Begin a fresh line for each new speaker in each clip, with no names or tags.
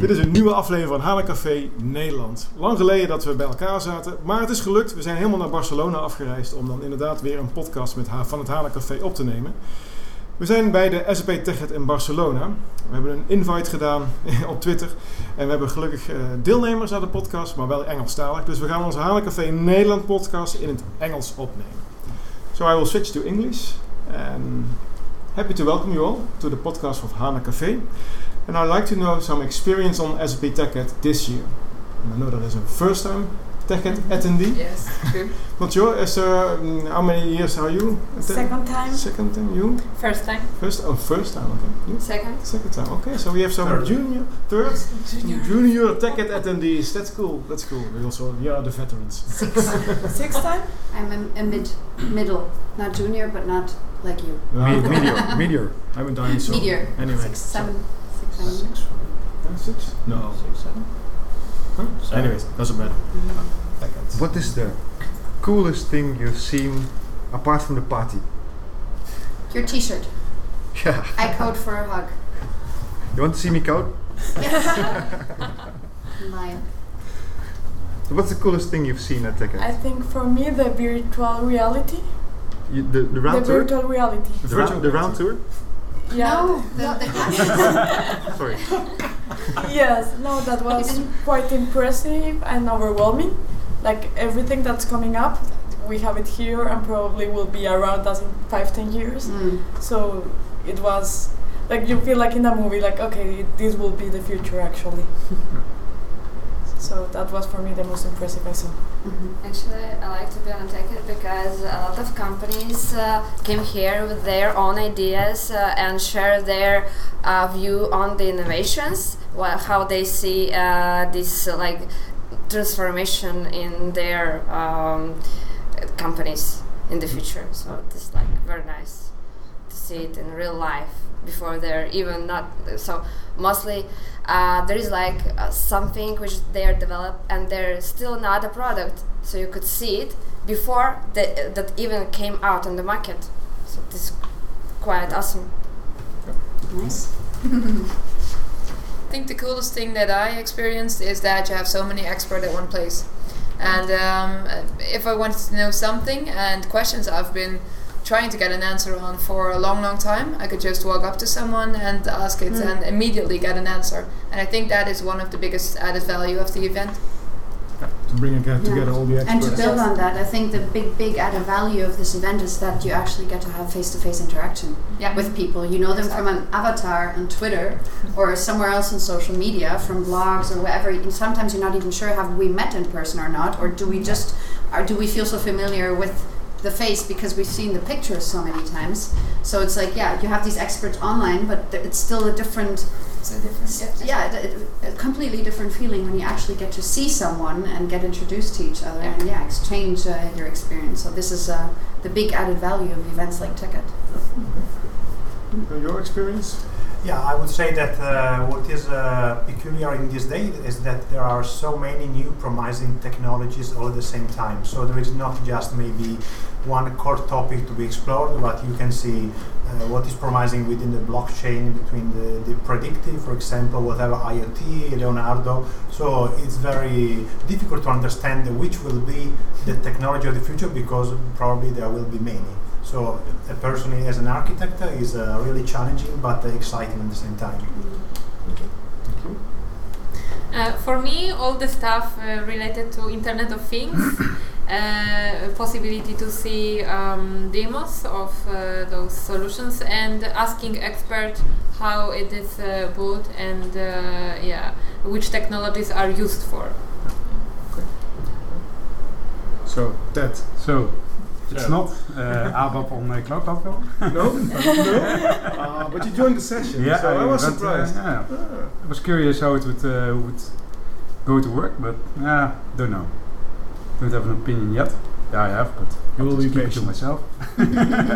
Dit is een nieuwe aflevering van Hana Café Nederland. Lang geleden dat we bij elkaar zaten, maar het is gelukt. We zijn helemaal naar Barcelona afgereisd om dan inderdaad weer een podcast met, Ha- van het Hana Café op te nemen. We zijn bij de SAP TechEd in Barcelona. We hebben een invite gedaan op Twitter. En we hebben gelukkig eh, deelnemers aan de podcast, maar wel Engelstalig. Dus we gaan onze Hana Café Nederland podcast in het Engels opnemen. So I will switch to English. And happy to welcome you all to the podcast of Hana Café. And I'd like to know some experience on SAP TechEd this year. And I know that is a first time TechEd attendee.
Yes, true.
Not sure, as, uh, mm, how many years are you? atten-
Second time.
Second time, you?
First time.
First, oh, first time, okay. You?
Second.
Second time, okay. So we have some
Third.
junior, third,
Junior.
junior TechEd attendees. That's cool, that's cool. We also, you are the veterans.
Six.
Sixth time?
Oh, I'm a, a mid, middle, not junior, but not like you.
Well,
Me- meteor, meteor.
I'm a dinosaur.
Meteor.
Anyway.
Six, seven, six, seven.
Six,
Uh, six? No.
six, seven.
Huh?
Seven.
Anyways, doesn't matter.
What is the coolest thing you've seen apart from the party?
Your T-shirt.
Yeah.
I code for a hug.
You want to see me code?
Lion.
What's the coolest thing you've seen at
I
TechEd?
think for me the virtual reality.
You, the, the
The
round tour?
virtual reality.
The, round- the round tour?
Yeah.
No, the, the glasses.
Sorry.
yes, no, that was quite impressive and overwhelming. Like everything that's coming up, we have it here and probably will be around us in five, ten years.
Mm.
So it was like you feel like in a movie, like okay, this will be the future actually. so that was for me the most impressive I saw.
Mhm.
Actually, I like to be on TechEd because a lot of companies uh, came here with their own ideas uh, and share their uh, view on the innovations, wha how they see uh, this uh, like transformation in their um, companies in the future. So it's like very nice to see it in real life before they're even not so mostly uh, there is like uh, something which they are developed and they're still not a product so you could see it before the, that even came out on the market so this is quite awesome
Nice.
I think the coolest thing that I experienced is that you have so many experts at one place. And um, uh, if I wanted to know something and questions I've been trying to get an answer on for a long, long time, I could just walk up to someone and ask it and immediately get an answer. And I think that is one of the biggest added value of the event.
To bring again
Yeah.
together all the
And
experts.
to build on that, I think the big, big added value of this event is that you actually get to have face-to-face interaction
Yeah.
with people. You know them from an avatar on Twitter or somewhere else on social media, from blogs or wherever. And sometimes you're not even sure have we met in person or not, or do we just, or do we feel so familiar with the face because we've seen the pictures so many times. So it's like, yeah, you have these experts online, but th- it's still a different
so different.
yeah, it, it, a completely different feeling when you actually get to see someone and get introduced to each other
Yeah.
and yeah, exchange uh, your experience. So this is uh, the big added value of events like Ticket.
Uh, Your experience?
Yeah, I would say that uh, what is uh, peculiar in this day is that there are so many new promising technologies all at the same time. So there is not just maybe one core topic to be explored, but you can see uh, what is promising within the blockchain, between the, the predictive, for example, whatever IoT, Leonardo. So it's very difficult to understand which will be the technology of the future because probably there will be many. So uh, personally, as an architect, uh, is uh, really challenging but uh, exciting at the same time.
Uh, for me, all the stuff uh, related to Internet of Things, uh, possibility to see um, demos of uh, those solutions and asking expert how it is uh, built and uh, yeah, which technologies are used for.
So, that.
So, it's
So.
not uh, ABAP on uh, Cloud Platform?
No? no? Uh, but you joined the session, so I, was
but, uh,
surprised.
yeah.
Ah.
I was curious how it would, uh, would go to work, but uh, don't know. Don't have an opinion yet. Yeah, I have, but
You
I'll
will
just
be
keep it to
patient.
myself.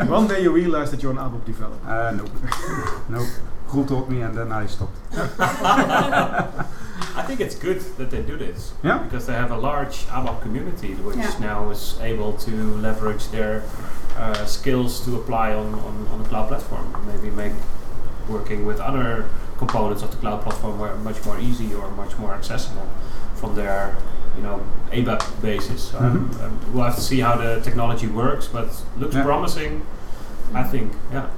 One day you realize that you're an ABAP developer.
Uh, no. no. Roel told me and then I stopped.
I think it's good that they do this
Yeah.
because they have a large ABAP community which
Yeah.
now is able to leverage their uh, skills to apply on, on, on a cloud platform. Maybe make working with other components of the cloud platform were much more easy or much more accessible from their you know ABAP basis. So, um,
Mhm.
um, we'll have to see how the technology works, but looks
Yeah.
promising. I think, yeah.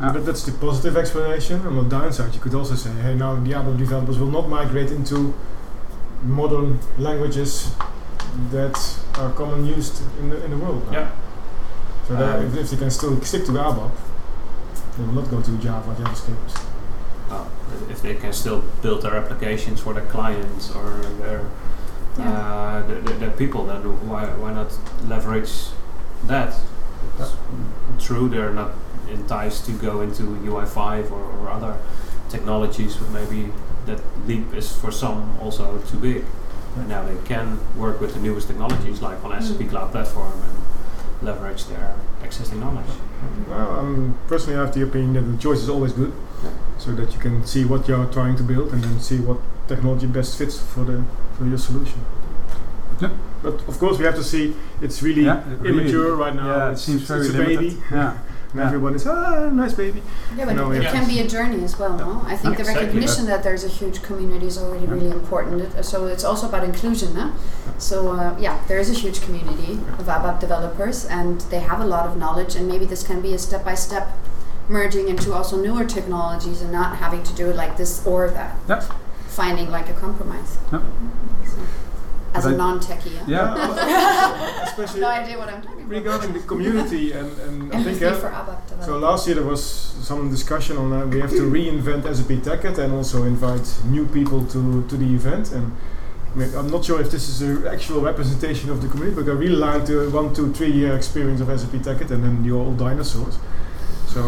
Ah.
But that's the positive explanation. On the downside, you could also say, hey, now the other developers will not migrate into modern languages that are common used in the, in the world. now."
Yeah.
So that
Um,
if, if they can still stick to ABAP, they will not go to Java, JavaScript.
Well, Oh, if- if they can still build their applications for their clients or their uh, their, their, their people, then why why not leverage that? It's True, they're not enticed to go into UI5 or, or other technologies, but maybe that leap is for some also too big. And now they can work with the newest technologies, like on SAP Cloud Platform, and leverage their existing knowledge.
Well, um, personally, I have the opinion that the choice is always good, so that you can see what you're trying to build and then see what technology best fits for the for your solution.
Yeah.
But of course, we have to see. It's really
Yeah, it really-
immature right now.
Yeah, it
it's,
seems
it's
very
a
limited.
baby,
Yeah.
and
Yeah.
everyone is ah, nice baby.
Yeah, but
No,
it
yeah.
can be a journey as well, no? I think the
Exactly,
recognition that there's a huge community is already really important. It- So it's also about inclusion, huh? So uh, yeah, there is a huge community of ABAP developers, and they have a lot of knowledge. And maybe this can be a step-by-step merging into also newer technologies, and not having to do it like this or that.
Yep.
Finding like a compromise.
Yep.
So, as
But
a
I-
non-techie, yeah.
Yeah.
Especially
No idea what I'm talking about.
regarding the community, and, and I think
Empathy
uh,
for ABAP developers.
So last year there was some discussion on that. We have to reinvent SAP TechEd and also invite new people to, to the event. And I mean, I'm not sure if this is an actual representation of the community, but I really like the one, two, three year experience of SAP TechEd and then the old dinosaurs. So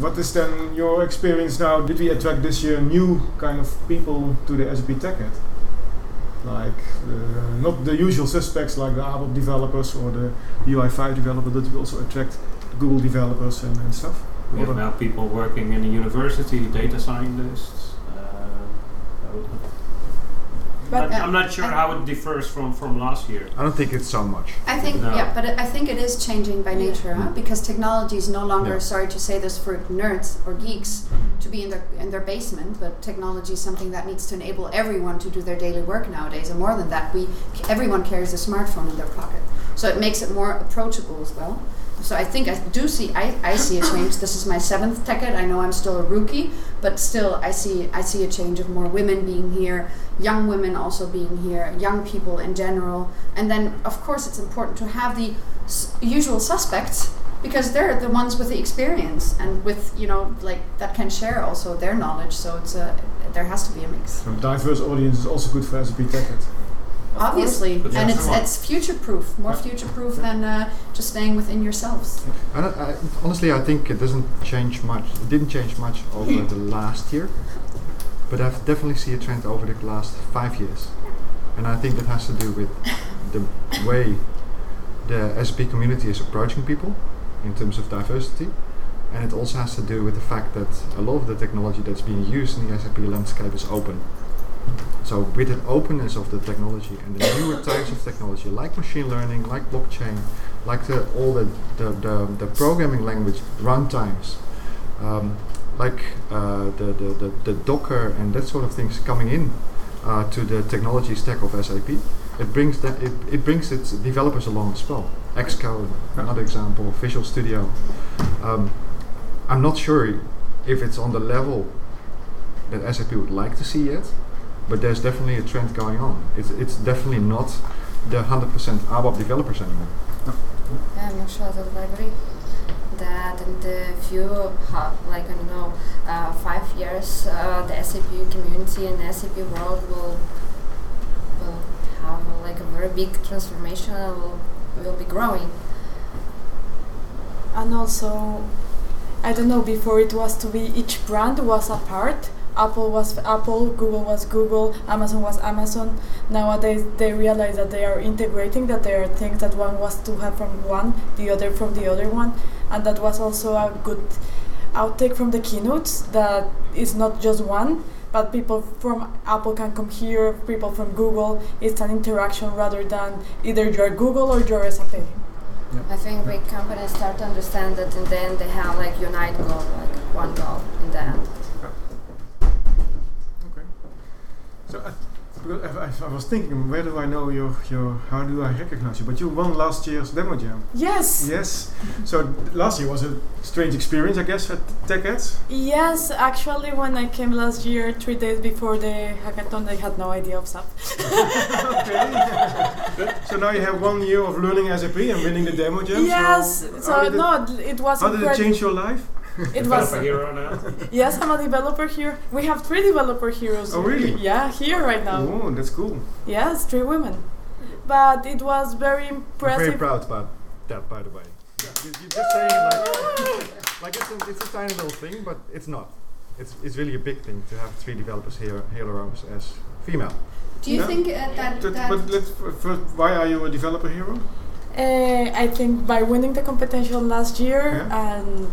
what is then your experience now? Did we attract this year new kind of people to the SAP TechEd? Like uh, not the usual suspects like the ABAP developers or the UI5 developer, but we also attract Google developers and, and stuff.
We have
Or-
now people working in the university, data scientists. Uh, I would-
But,
I'm-
uh,
I'm not sure
I-
how it differs from, from last year.
I don't think it's so much.
I think
No.
yeah, but I think it is changing by nature, huh? because technology is no longer.
Yeah.
Sorry to say this for nerds or geeks to be in their in their basement, but technology is something that needs to enable everyone to do their daily work nowadays. And more than that, we everyone carries a smartphone in their pocket, so it makes it more approachable as well. So I think I do see I, I see a change. This is my seventh ticket. I know I'm still a rookie, but still I see I see a change of more women being here, young women also being here, young people in general. And then of course it's important to have the s- usual suspects because they're the ones with the experience and with you know like that can share also their knowledge. So it's a there has to be a mix.
So diverse audience is also good for SAP TechEd.
Obviously,
But
and
yes,
it's
come on.
it's future proof, more future proof than uh, just staying within yourselves.
I don't, I, honestly, I think it doesn't change much. It didn't change much over the last year, but I've definitely see a trend over the last five years, and I think that has to do with the way the SAP community is approaching people in terms of diversity, and it also has to do with the fact that a lot of the technology that's being used in the SAP landscape is open. So with the openness of the technology and the newer types of technology, like machine learning, like blockchain, like the, all the, the, the, the programming language runtimes, um, like uh, the, the, the, the Docker and that sort of things coming in uh, to the technology stack of SAP, it brings that it, it brings its developers along as well. Xcode, another example, Visual Studio. Um, I'm not sure if it's on the level that SAP would like to see yet, but there's definitely a trend going on. It's, it's definitely not the 100% ABAP developers anymore.
Yeah, I'm not sure that I agree that in the few, ho- like I don't know, uh, five years, uh, the SAP community and SAP world will will have uh, like a very big transformation. and Will will be growing.
and also i don't know before it was to be each brand was apart apple was apple google was google amazon was amazon nowadays they realize that they are integrating that there are things that one was to have from one the other from the other one and that was also a good outtake from the keynotes that it's not just one but people from apple can come here people from google it's an interaction rather than either you're google or you're sap
I think big companies start to understand that, and then they have like unite goal, like one goal in the end.
uh, I, I was thinking, where do I know your, your, how do I recognize you? But you won last year's demo jam.
Yes.
Yes. So th- last year was a strange experience, I guess, at TechEd.
Yes, actually, when I came last year, three days before the hackathon, they had no idea of SAP.
okay. so now you have one year of learning SAP and winning the demo jam.
yes,
So,
so
how did it-
no, it, it was
how did it
incredible.
change your life?
It was
Developer hero now.
yes, I'm a developer here. We have three developer heroes.
Oh, really?
Yeah, here right now.
Oh, that's cool.
Yes, three women. But it was very
I'm very
impressive.
proud about that, by the way. You, you just saying it like, like it's, a, it's a tiny little thing, but it's not. It's, it's really a big thing to have three developers here, heroes as female.
Do you
Yeah.
think uh, that,
But,
that
but let's, first, why are you a developer hero?
Uh, I think by winning the competition last year, and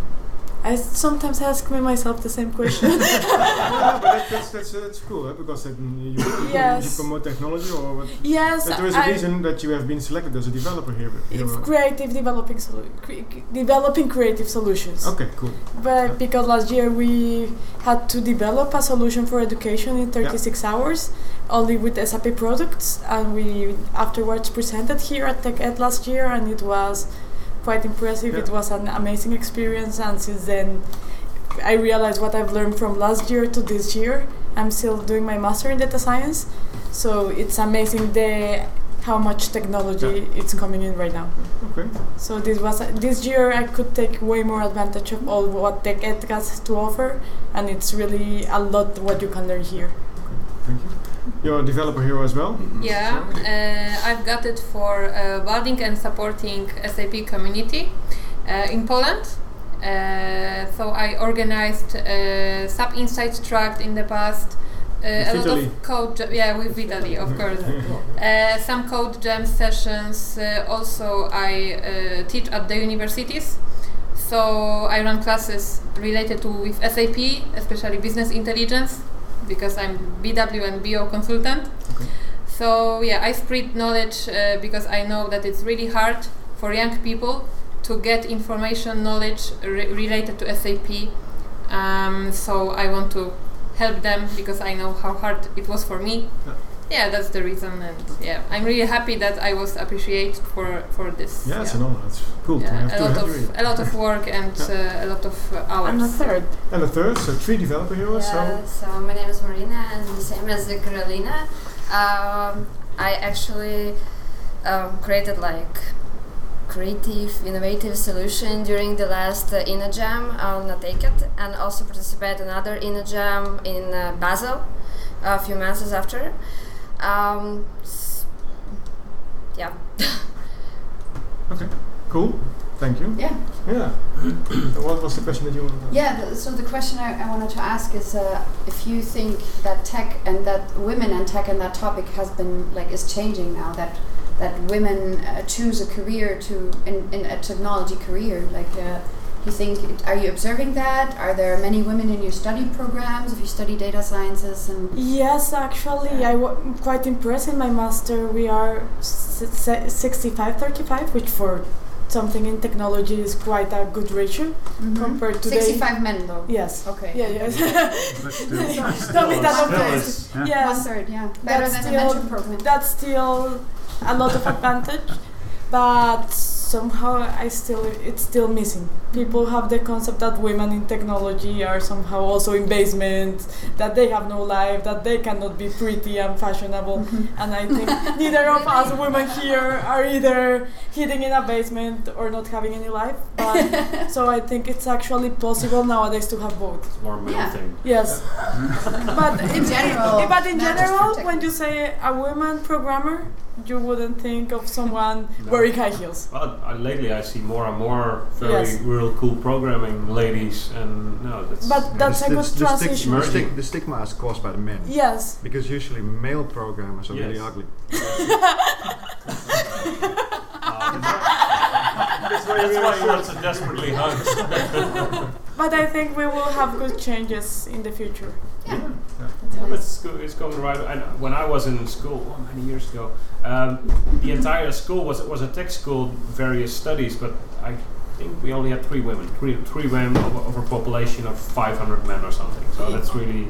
I s- sometimes ask me myself the same question.
yeah, but that, that's, that's, that's cool, eh? because that you, you, promote-
Yes.
you promote technology or what?
yes,
But there is a
I-
reason that you have been selected as a developer here.
It's creative developing solu- cre- cre- developing creative solutions.
Okay, cool.
But because last year we had to develop a solution for education in 36 hours, only with SAP products, and we afterwards presented here at TechEd last year, and it was quite impressive. It
Yeah.
was an amazing experience, and since then I realized what I've learned from last year to this year. I'm still doing my master in data science, so it's amazing the how much technology it's coming in right now.
Okay.
So this was this year I could take way more advantage of all what Tech Ed has to offer, and it's really a lot what you can learn here.
Thank you. You're a developer hero as well?
Yeah, uh, I've got it for uh, building and supporting SAP community uh, in Poland. Uh, so I organized uh, sub insights track in the past. Uh, a
With
lot
Vitaly.
of code, ja- yeah, with Vitaly, of course. Uh, some code jam sessions. Uh, also, I uh, teach at the universities, so I run classes related to with SAP, especially business intelligence, because I'm BW and BO consultant. So yeah, I spread knowledge uh, because I know that it's really hard for young people to get information knowledge re- related to SAP. Um, so I want to help them because I know how hard it was for me.
Yeah.
Yeah, that's the reason, and yeah, I'm really happy that I was appreciated for for this.
Yeah, it's an honor. It's cool. to
Yeah,
have
a
two
lot
hats.
of a lot of work and uh, a lot of uh, hours.
I'm a third.
And a third, so three developer heroes.
Yeah, so my name is Marina, and the same as the Carolina. Um, I actually um, created like creative, innovative solution during the last uh, InnoJam on Naked, and also participate in another InnoJam in uh, Basel a few months after. Um, s- yeah.
So okay, cool. Thank you.
Yeah.
Yeah. So what was the question that you wanted to ask?
Yeah, th- so the question I, I wanted to ask is uh, if you think that tech and that women and tech and that topic has been like is changing now that that women uh, choose a career to in, in a technology career like uh, you think it, are you observing that are there many women in your study programs if you study data sciences and
Yes, actually, I wa- I'm quite impressed in my master. We are si- si- 65 35, which for something in technology is quite a good ratio compared to the.
65 Mm-hmm. men though
Yes.
okay
Yeah, yes.
But still,
Don't be that
Still
obvious.
is-
yeah.
one
Yes.
third yeah better
That's
than a
still-
mentor program
that's still a lot of advantage but somehow i still it's still missing people have the concept that women in technology are somehow also in basement that they have no life that they cannot be pretty and fashionable
Mm-hmm.
and i think neither of us women here are either hiding in a basement or not having any life but, so i think it's actually possible nowadays to have both
It's more male
Yeah.
thing.
Yes. but
In general,
eh, but in
not just
general,
protect-
when you say a woman programmer, you wouldn't think of someone wearing high heels.
Well, uh, lately I see more and more very
Yes.
real cool programming ladies, and no, that's
But that's a
The
good
sti- the,
transition.
stigma, the, stig- the stigma is caused by the men.
Yes.
Because usually male programmers are really
Yes.
ugly.
that's why you want so desperately hugs.
But I think we will have good changes in the future.
Well, It's, go- it's going right. I know, when I was in school oh, many years ago, um, the entire school was was a tech school, various studies, but I think we only had three women, three three women over, over a population of 500 men or something. So that's really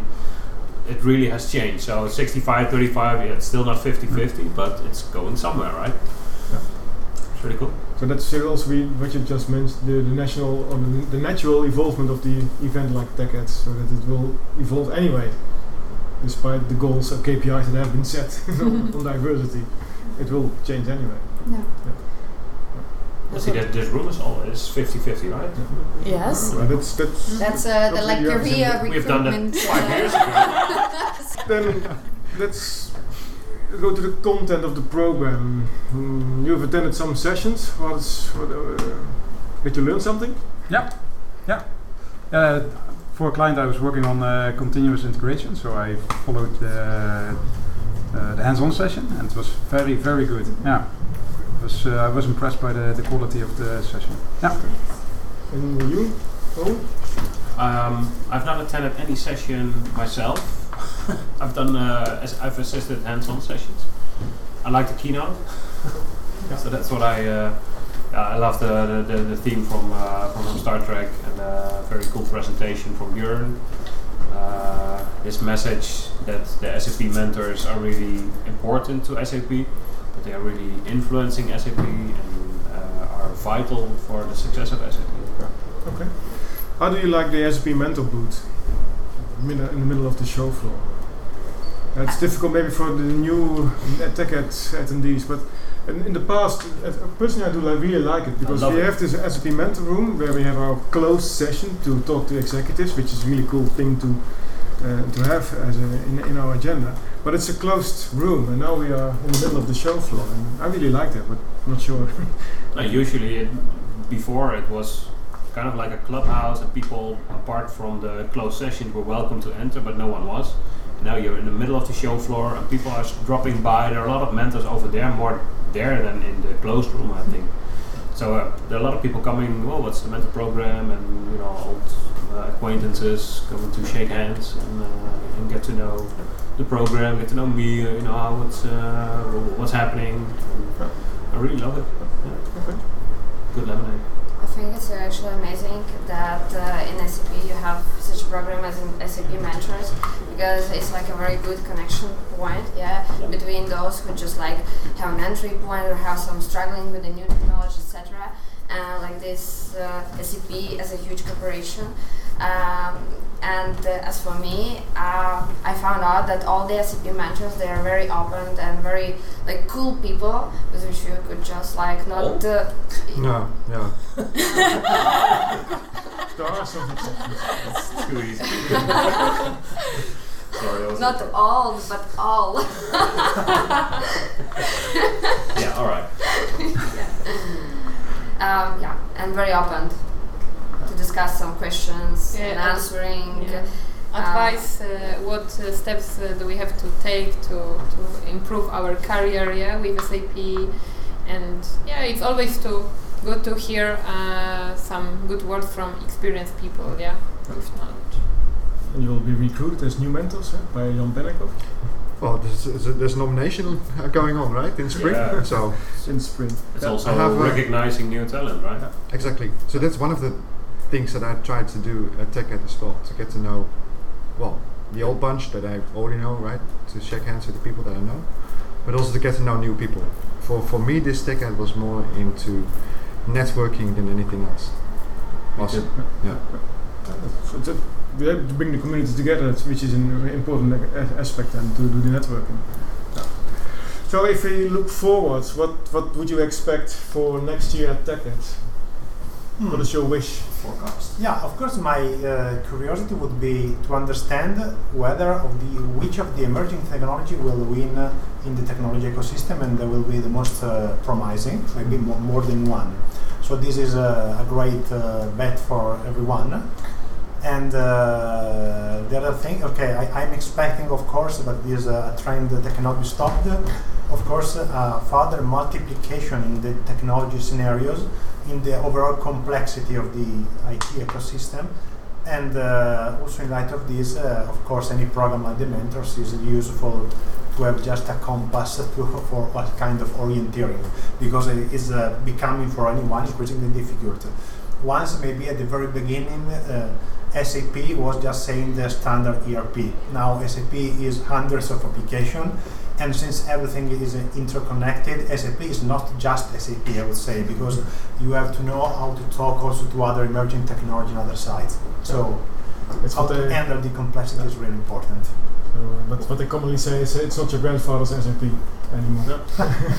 it really has changed. So 65, 35, yeah, it's still not 50 50, but it's going somewhere, right?
Yeah.
It's really cool.
So that's uh, also we, what you just mentioned, the, the national or the, the natural evolvement of the event like TechEd, so that it will evolve anyway, despite the goals or KPIs that have been set on, on diversity. It will change anyway.
Yeah.
I see that this room is all is 50 50, right?
Yes.
But that's, that's
That's uh, the,
That's
like the
what you
re-
have
We've done that
recruitment.
five
uh,
years ago.
then let's go to the content of the program. Mm, you've attended some sessions. What's, what, uh, did you learn something?
Uh, for a client, I was working on uh, continuous integration, so I followed the, uh, the hands-on session, and it was very, very good. Yeah, it was, uh, I was impressed by the, the quality of the session. Yeah,
And you? Oh,
Um, I've not attended any session myself. I've done, uh, as I've assisted hands-on sessions. I like the keynote, so that's what I. Uh, yeah, I love the, the, the, the theme from uh, from Star Trek and uh, very cool presentation from Björn. Uh, his message that the SAP mentors are really important to SAP, that they are really influencing SAP and uh, are vital for the success of SAP.
okay. How do you like the SAP mental boot Mid- in the middle of the show floor? That's difficult maybe for the new tech at attendees, but in, in the past, uh, personally I do like, really like it because
love
we
it.
have this SAP mentor room where we have our closed session to talk to executives, which is a really cool thing to uh, to have as a, in, in our agenda. But it's a closed room, and now we are in the middle of the show floor, and I really like that, but not sure.
No, usually it, before it was kind of like a clubhouse and people apart from the closed sessions were welcome to enter but no one was. Now you're in the middle of the show floor and people are s- dropping by. There are a lot of mentors over there, more there than in the closed room I think. So uh, there are a lot of people coming, well what's the mentor program and you know old uh, acquaintances coming to shake hands and, uh, and get to know the program, get to know me, uh, you know how it's, uh, wh- what's happening. And I really love it. Yeah. Good lemonade.
I think it's actually amazing that uh, in SAP you have such a program as in SAP Mentors because it's like a very good connection point, yeah,
Yeah.
between those who just like have an entry point or have some struggling with the new technology, etc. And like this uh, SAP as a huge corporation. Um, and uh, as for me, uh, I found out that all the SAP mentors they are very open and very like cool people with which you could just like not. Uh,
No, no.
there are some exceptions.
It's too easy. Sorry, I was
Not all, but all.
Yeah, all right.
Um, yeah, and very open to discuss some questions
Yeah,
and
and-
answering.
yeah.
Um,
Advice: uh, What uh, steps uh, do we have to take to, to improve our career yeah, with SAP? And yeah, it's always to good to hear uh, some good words from experienced people. Yeah, with knowledge.
And you will be recruited as new mentors huh, by Jan Bennekov
Well, there's, there's- there's nomination uh, going on, right, in spring?
Yeah.
So,
in spring.
It's
Yeah.
also
I have, uh,
recognizing new talent, right?
exactly. So that's one of the things that I tried to do at TechEd as well, to get to know, well, the old bunch that I already know, right, to shake hands with the people that I know, but also to get to know new people. For, for me, this TechEd was more into networking than anything else. Awesome. Yeah.
So that- We have to bring the community together, that's- which is an important a- aspect, and to do the networking. So, if we look forward, what, what would you expect for next year at TechEd? What is your wish?
forecast. Hmm. Yeah, of course, my uh, curiosity would be to understand whether of the which of the emerging technology will win uh, in the technology ecosystem and there will be the most uh, promising, maybe mo- more than one. So this is a, a great uh, bet for everyone. And uh, the other thing, okay, I, I'm expecting, of course, but this is a trend that cannot be stopped. Of course, uh, further multiplication in the technology scenarios, in the overall complexity of the IT ecosystem, and uh, also in light of this, uh, of course, any program like the mentors is useful to have just a compass to, for what kind of orienteering because it is uh, becoming for anyone increasingly difficult Once, maybe at the very beginning, uh, SAP was just saying the standard ERP. Now SAP is hundreds of applications, and since everything is uh, interconnected, SAP is not just SAP, I would say, because you have to know how to talk also to other emerging technology on other sides. So
It's
how to
what they,
handle the complexity is really important.
so, but Uh, what they commonly say is it's not your grandfather's SAP anymore.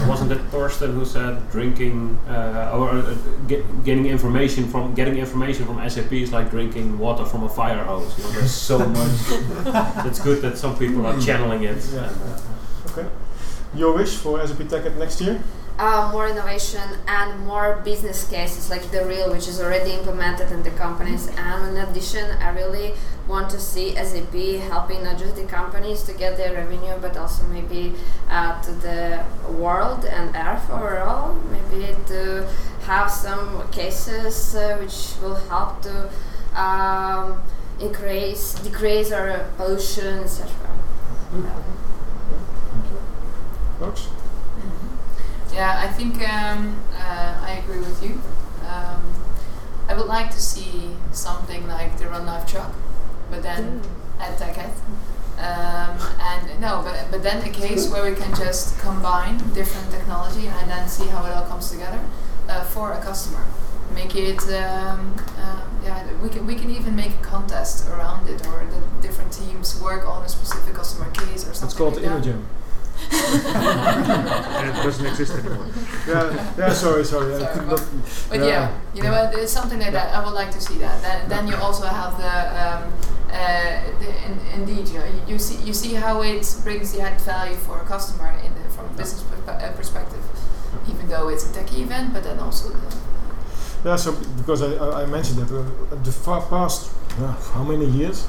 Wasn't it Thorsten who said drinking uh, or uh, get, getting information from getting information from SAP is like drinking water from a fire hose? You know, there's so much. it's good that some people are channeling it. And,
Yeah.
uh,
Okay. Your wish for SAP Tech Ed next year?
uh, more innovation and more business cases like the real which is already implemented in the companies and in addition i really want to see sap helping not just the companies to get their revenue but also maybe uh, to the world and earth overall maybe to have some cases uh, which will help to um, increase decrease our pollution etc
Max?
Mm-hmm. Yeah, I think um, uh, I agree with you. Um, I would like to see something like the Run Life truck, but then at Taget. Um, and no, but, but then a case where we can just combine different technology and then see how it all comes together uh, for a customer. Make it, um, uh, yeah, we can, we can even make a contest around it or the different teams work on a specific customer case or something.
It's called
like that.
InnoGem.
and it doesn't exist anymore.
Yeah, yeah, sorry, sorry. I
Sorry,
could
but-
not-
But
Yeah.
yeah, you know what? There's something like that. I would like to see that. Then, then you also have the, um, uh, the in, indeed, you know, you, you see you see how it brings the added value for a customer in the, from a business perspe- uh, perspective, even though it's a tech event, but then also the,
Yeah, so because I, I, I mentioned that uh, the far past uh, how many years,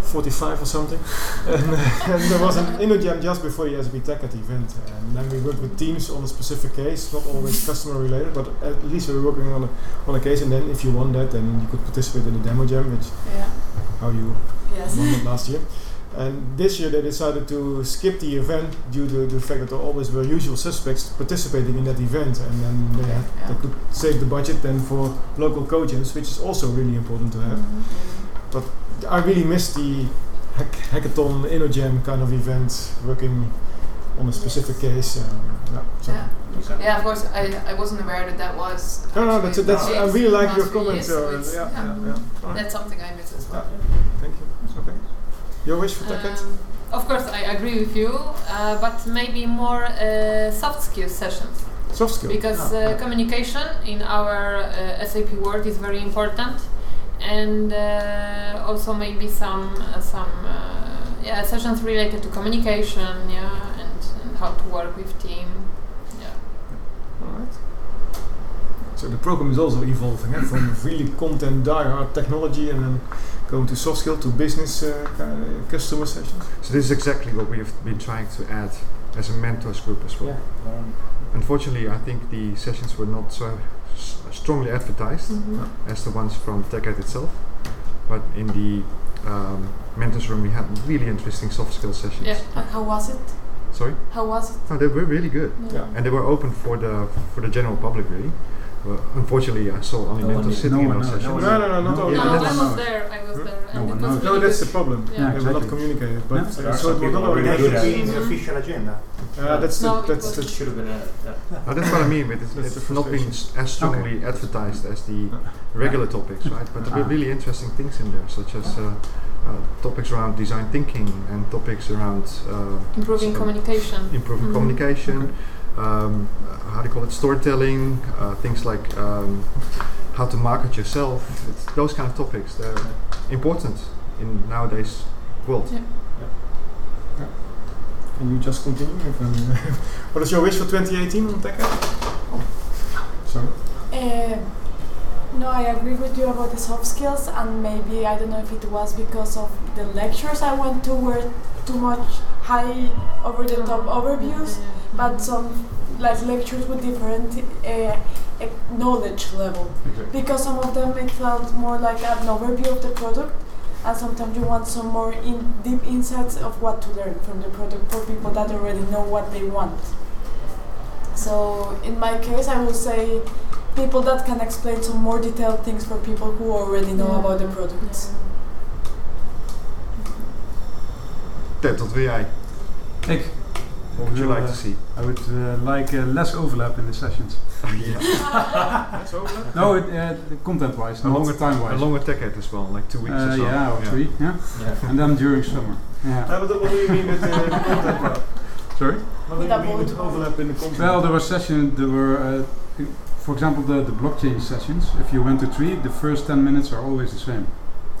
forty-five or something, and, uh, and there was an InnoGem just before the SB Tech at the event, and then we worked with teams on a specific case, not always customer related, but at least we were working on a on a case, and then if you won that, then you could participate in the demo jam, which
yeah.
how you
Yes.
won it last year. And this year they decided to skip the event due to the fact that there always were usual suspects participating in that event, and then they, had, they
Yeah.
could save the budget then for local coaches, which is also really important to have.
Mm-hmm.
I really miss the hack- hackathon, InnoGem kind of event, working on a specific case. Um, yeah, so.
Yeah.
so-
yeah, of course. I, I wasn't aware that that was.
No, no,
actually
that's, that's
the
I
case
really
the
like
last
your
few
comments.
years, so
uh,
it's-
yeah, yeah, yeah. Alright,
That's something I miss as well.
Thank you. It's okay. Your wish
Uh,
for Tech Ed?
Um, of course, I agree with you, uh, but maybe more uh, soft skills sessions
Soft skill. Ah,
because uh, communication in our uh, SAP world is very important, and uh, also maybe some uh, some uh, yeah sessions related to communication, yeah, and, and how to work with team. Yeah.
Alright. So the program is also evolving eh? from really content diehard technology and then going to soft skill to business uh, ki- customer sessions.
So this is exactly what we have been trying to add as a mentors group as well. Unfortunately, I think the sessions were not so s- strongly advertised
Mm-hmm.
as the ones from TechEd itself. But in the um, mentors room, we had really interesting soft skill sessions.
Yeah.
And how was it?
Sorry,
How was it?
no, they were really good,
Yeah.
and they were open for the for the general public really. Well, unfortunately, I saw only
No one
mentors
knew-
sitting
no one
in those
knows, no
sessions.
No,
one
no, no, not
No,
only.
yeah,
no,
that's-
I was there. I was
Hmm?
there, and
No
it
one
was
knows.
No,
really
that's the
good.
problem.
Yeah.
They were not
Exactly.
communicated, but
Yeah.
so
There are
it
some
was
people
not
who
already
really
That
do
should
that.
be in
advertised.
the official agenda.
Uh, that's
No,
the
it
that's
was-
the
Should have been a, yeah.
No, Oh, that's what I mean. But it's,
That's the
it's not being s- as strongly advertised as the
Yeah.
regular topics, right? But there were
Ah.
really interesting things in there, such as uh, uh, topics around design thinking and topics around uh,
Improving
s- uh,
communication.
improving
Mhm.
communication, um, uh, how do you call it, storytelling, uh, things like um, how to market yourself. It's those kind of topics. They're important in nowadays world.
Can you just continue? If I'm, what is your wish for 2018 on Tech Ed? Sorry.
Eh, no, I agree with you about the soft skills, and maybe I don't know if it was because of the lectures I went to were too much high over the top overviews, but some like lectures with different uh, knowledge level.
Exactly.
Because some of them it felt more like an overview of the product, and sometimes you want some more in deep insights of what to learn from the product for people that already know what they want. So in my case, I would say people that can explain some more detailed things for people who already know
Yeah.
about the products.
Ted, wat wil jij?
Ik.
What would you
Wil,
like to
eh,
see?
I would uh, like uh, less overlap in the sessions.
That's over.
No, it, uh, the content-wise,
A
not
longer-
time-wise.
A longer ticket as well, like two weeks
Uh,
or so.
yeah, or three. Yeah,
Yeah.
and then during summer. Yeah.
Ja, wat, wat doe je hier met eh, de content nou?
Sorry.
Wat doe je hier met overlap in de content?
Well, there were sessions. There were, uh, for example, the, the blockchain sessions. If you went to three, the first ten minutes are always the same,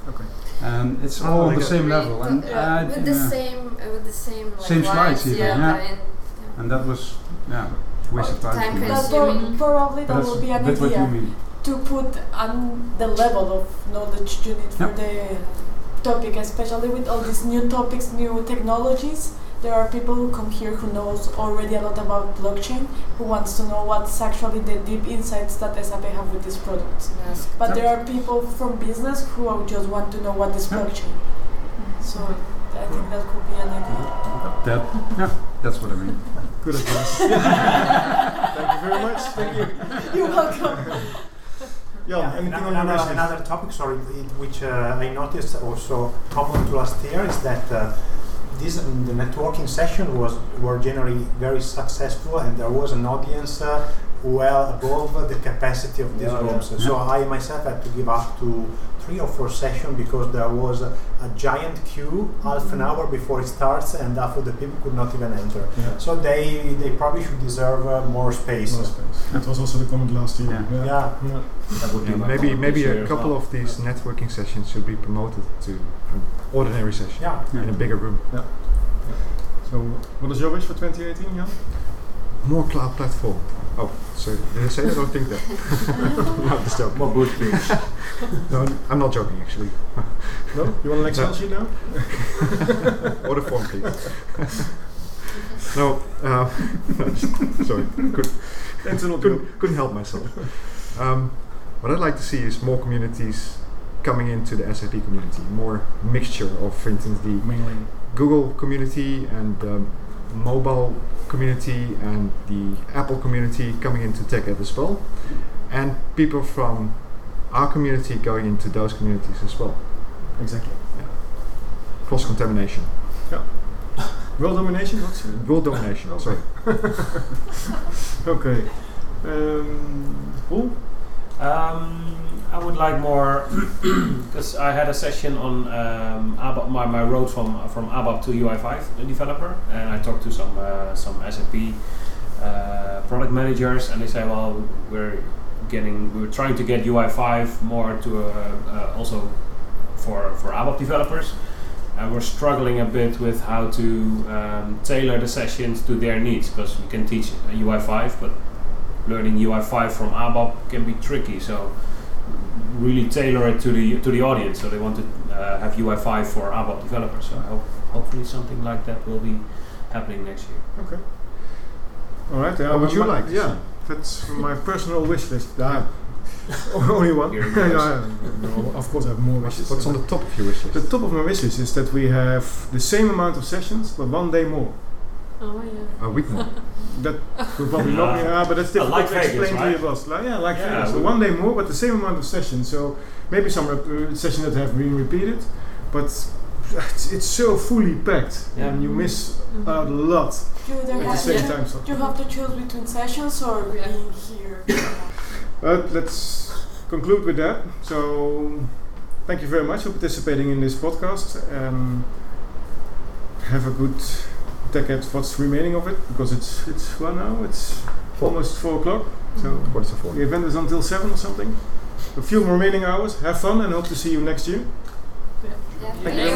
Okay.
and it's
Oh,
all on
like
the
a-
same level. And I-
uh, with the
yeah.
same uh, with the same like
Same slides
lines,
even,
yeah,
yeah. and that was yeah, waste of time.
Time
for me.
Yes,
But
you
prob-
mean-
probably that
That's
will be
a
an
bit what you
idea
mean.
to put on the level of knowledge you need for
Yep.
the topic, especially with all these new topics, new technologies. There are people who come here who knows already a lot about blockchain, who wants to know what's actually the deep insights that SAP have with these products.
Yes.
But
Yep.
there are people from business who just want to know what is
Yep.
blockchain. So I think that could be an idea.
That yeah, that's what I mean.
Good advice.
Thank you very much. Thank you.
You're welcome.
Jan,
Yeah, and
anything on your
another,
wishlist?
another topic, sorry, it- which uh, I noticed also common to last year is that uh, this um, the networking session was were generally very successful, and there was an audience uh, well above the capacity of these
Yeah, yeah.
rooms. So I myself had to give up to three or four sessions because there was a, a giant queue half
Mm-hmm.
an hour before it starts, and half of the people could not even enter.
Yeah.
So they they probably should deserve uh, more space.
Small space. That was also the comment last year.
Yeah.
Yeah.
Yeah.
That would be my
maybe
comment
maybe
this year
a
as
couple
well.
of these networking sessions should be promoted to an ordinary session
Yeah.
Yeah.
in a bigger room.
So, what is your wish for 2018, Jan?
More cloud platform. Oh, sorry. Did I say that or think that? no, just joking.
More good things.
No, I'm not joking actually.
No? You want an Excel
No.
sheet now?
Order form, please. no, uh, sorry. Could,
Internal joke.
couldn't, couldn't help myself. Um, what I'd like to see is more communities coming into the SAP community, more mixture of, for instance, the
Mainly.
Google community and the mobile community and the Apple community coming into TechEd as well, and people from our community going into those communities as well.
Exactly.
Cross contamination,
World domination? What's it?
world domination. Sorry.
Okay. Um, Paul?
Um, I would like more because I had a session on um, ABAP, my, my road from from ABAP to UI5 the developer, and I talked to some uh, some SAP uh, product managers, and they say, well, we're getting we're trying to get UI5 more to uh, uh, also for for ABAP developers, and we're struggling a bit with how to um, tailor the sessions to their needs because we can teach uh, UI5, but learning UI5 from ABAP can be tricky. So really tailor it to the to the audience. So they want to uh, have UI5 for ABAP developers. So I hope hopefully something like that will be happening next year.
Alright, yeah.
What would
my-
you
my-
like to
Yeah, that's my personal wish list. Ah, only one.
Here it
Yeah,
goes.
yeah. of course, I have more wishes.
What's on the top of your wish
The
list?
top of my wish list is that we have the same amount of sessions, but one day more.
Oh yeah.
A week more.
That will probably not be,
Yeah.
ah, but that's difficult
like
to
Vegas,
explain to
right?
your boss. Like, yeah, like
Yeah,
Vegas. So
we-
one day more, but the same amount of sessions. So maybe some rep- uh, sessions that have been repeated, but it's, it's so fully packed,
Yeah.
and you miss a lot
You either
at the
have,
same
you-
time. slot.
you have to choose between sessions or
Yeah.
being here.
But let's conclude with that. So, thank you very much for participating in this podcast. Um, have a good take at what's remaining of it because it's it's well now it's almost four o'clock. So
What's the four?
the event is until seven or something. A few remaining hours. Have fun and hope to see you next year.
Yeah.
Thank you very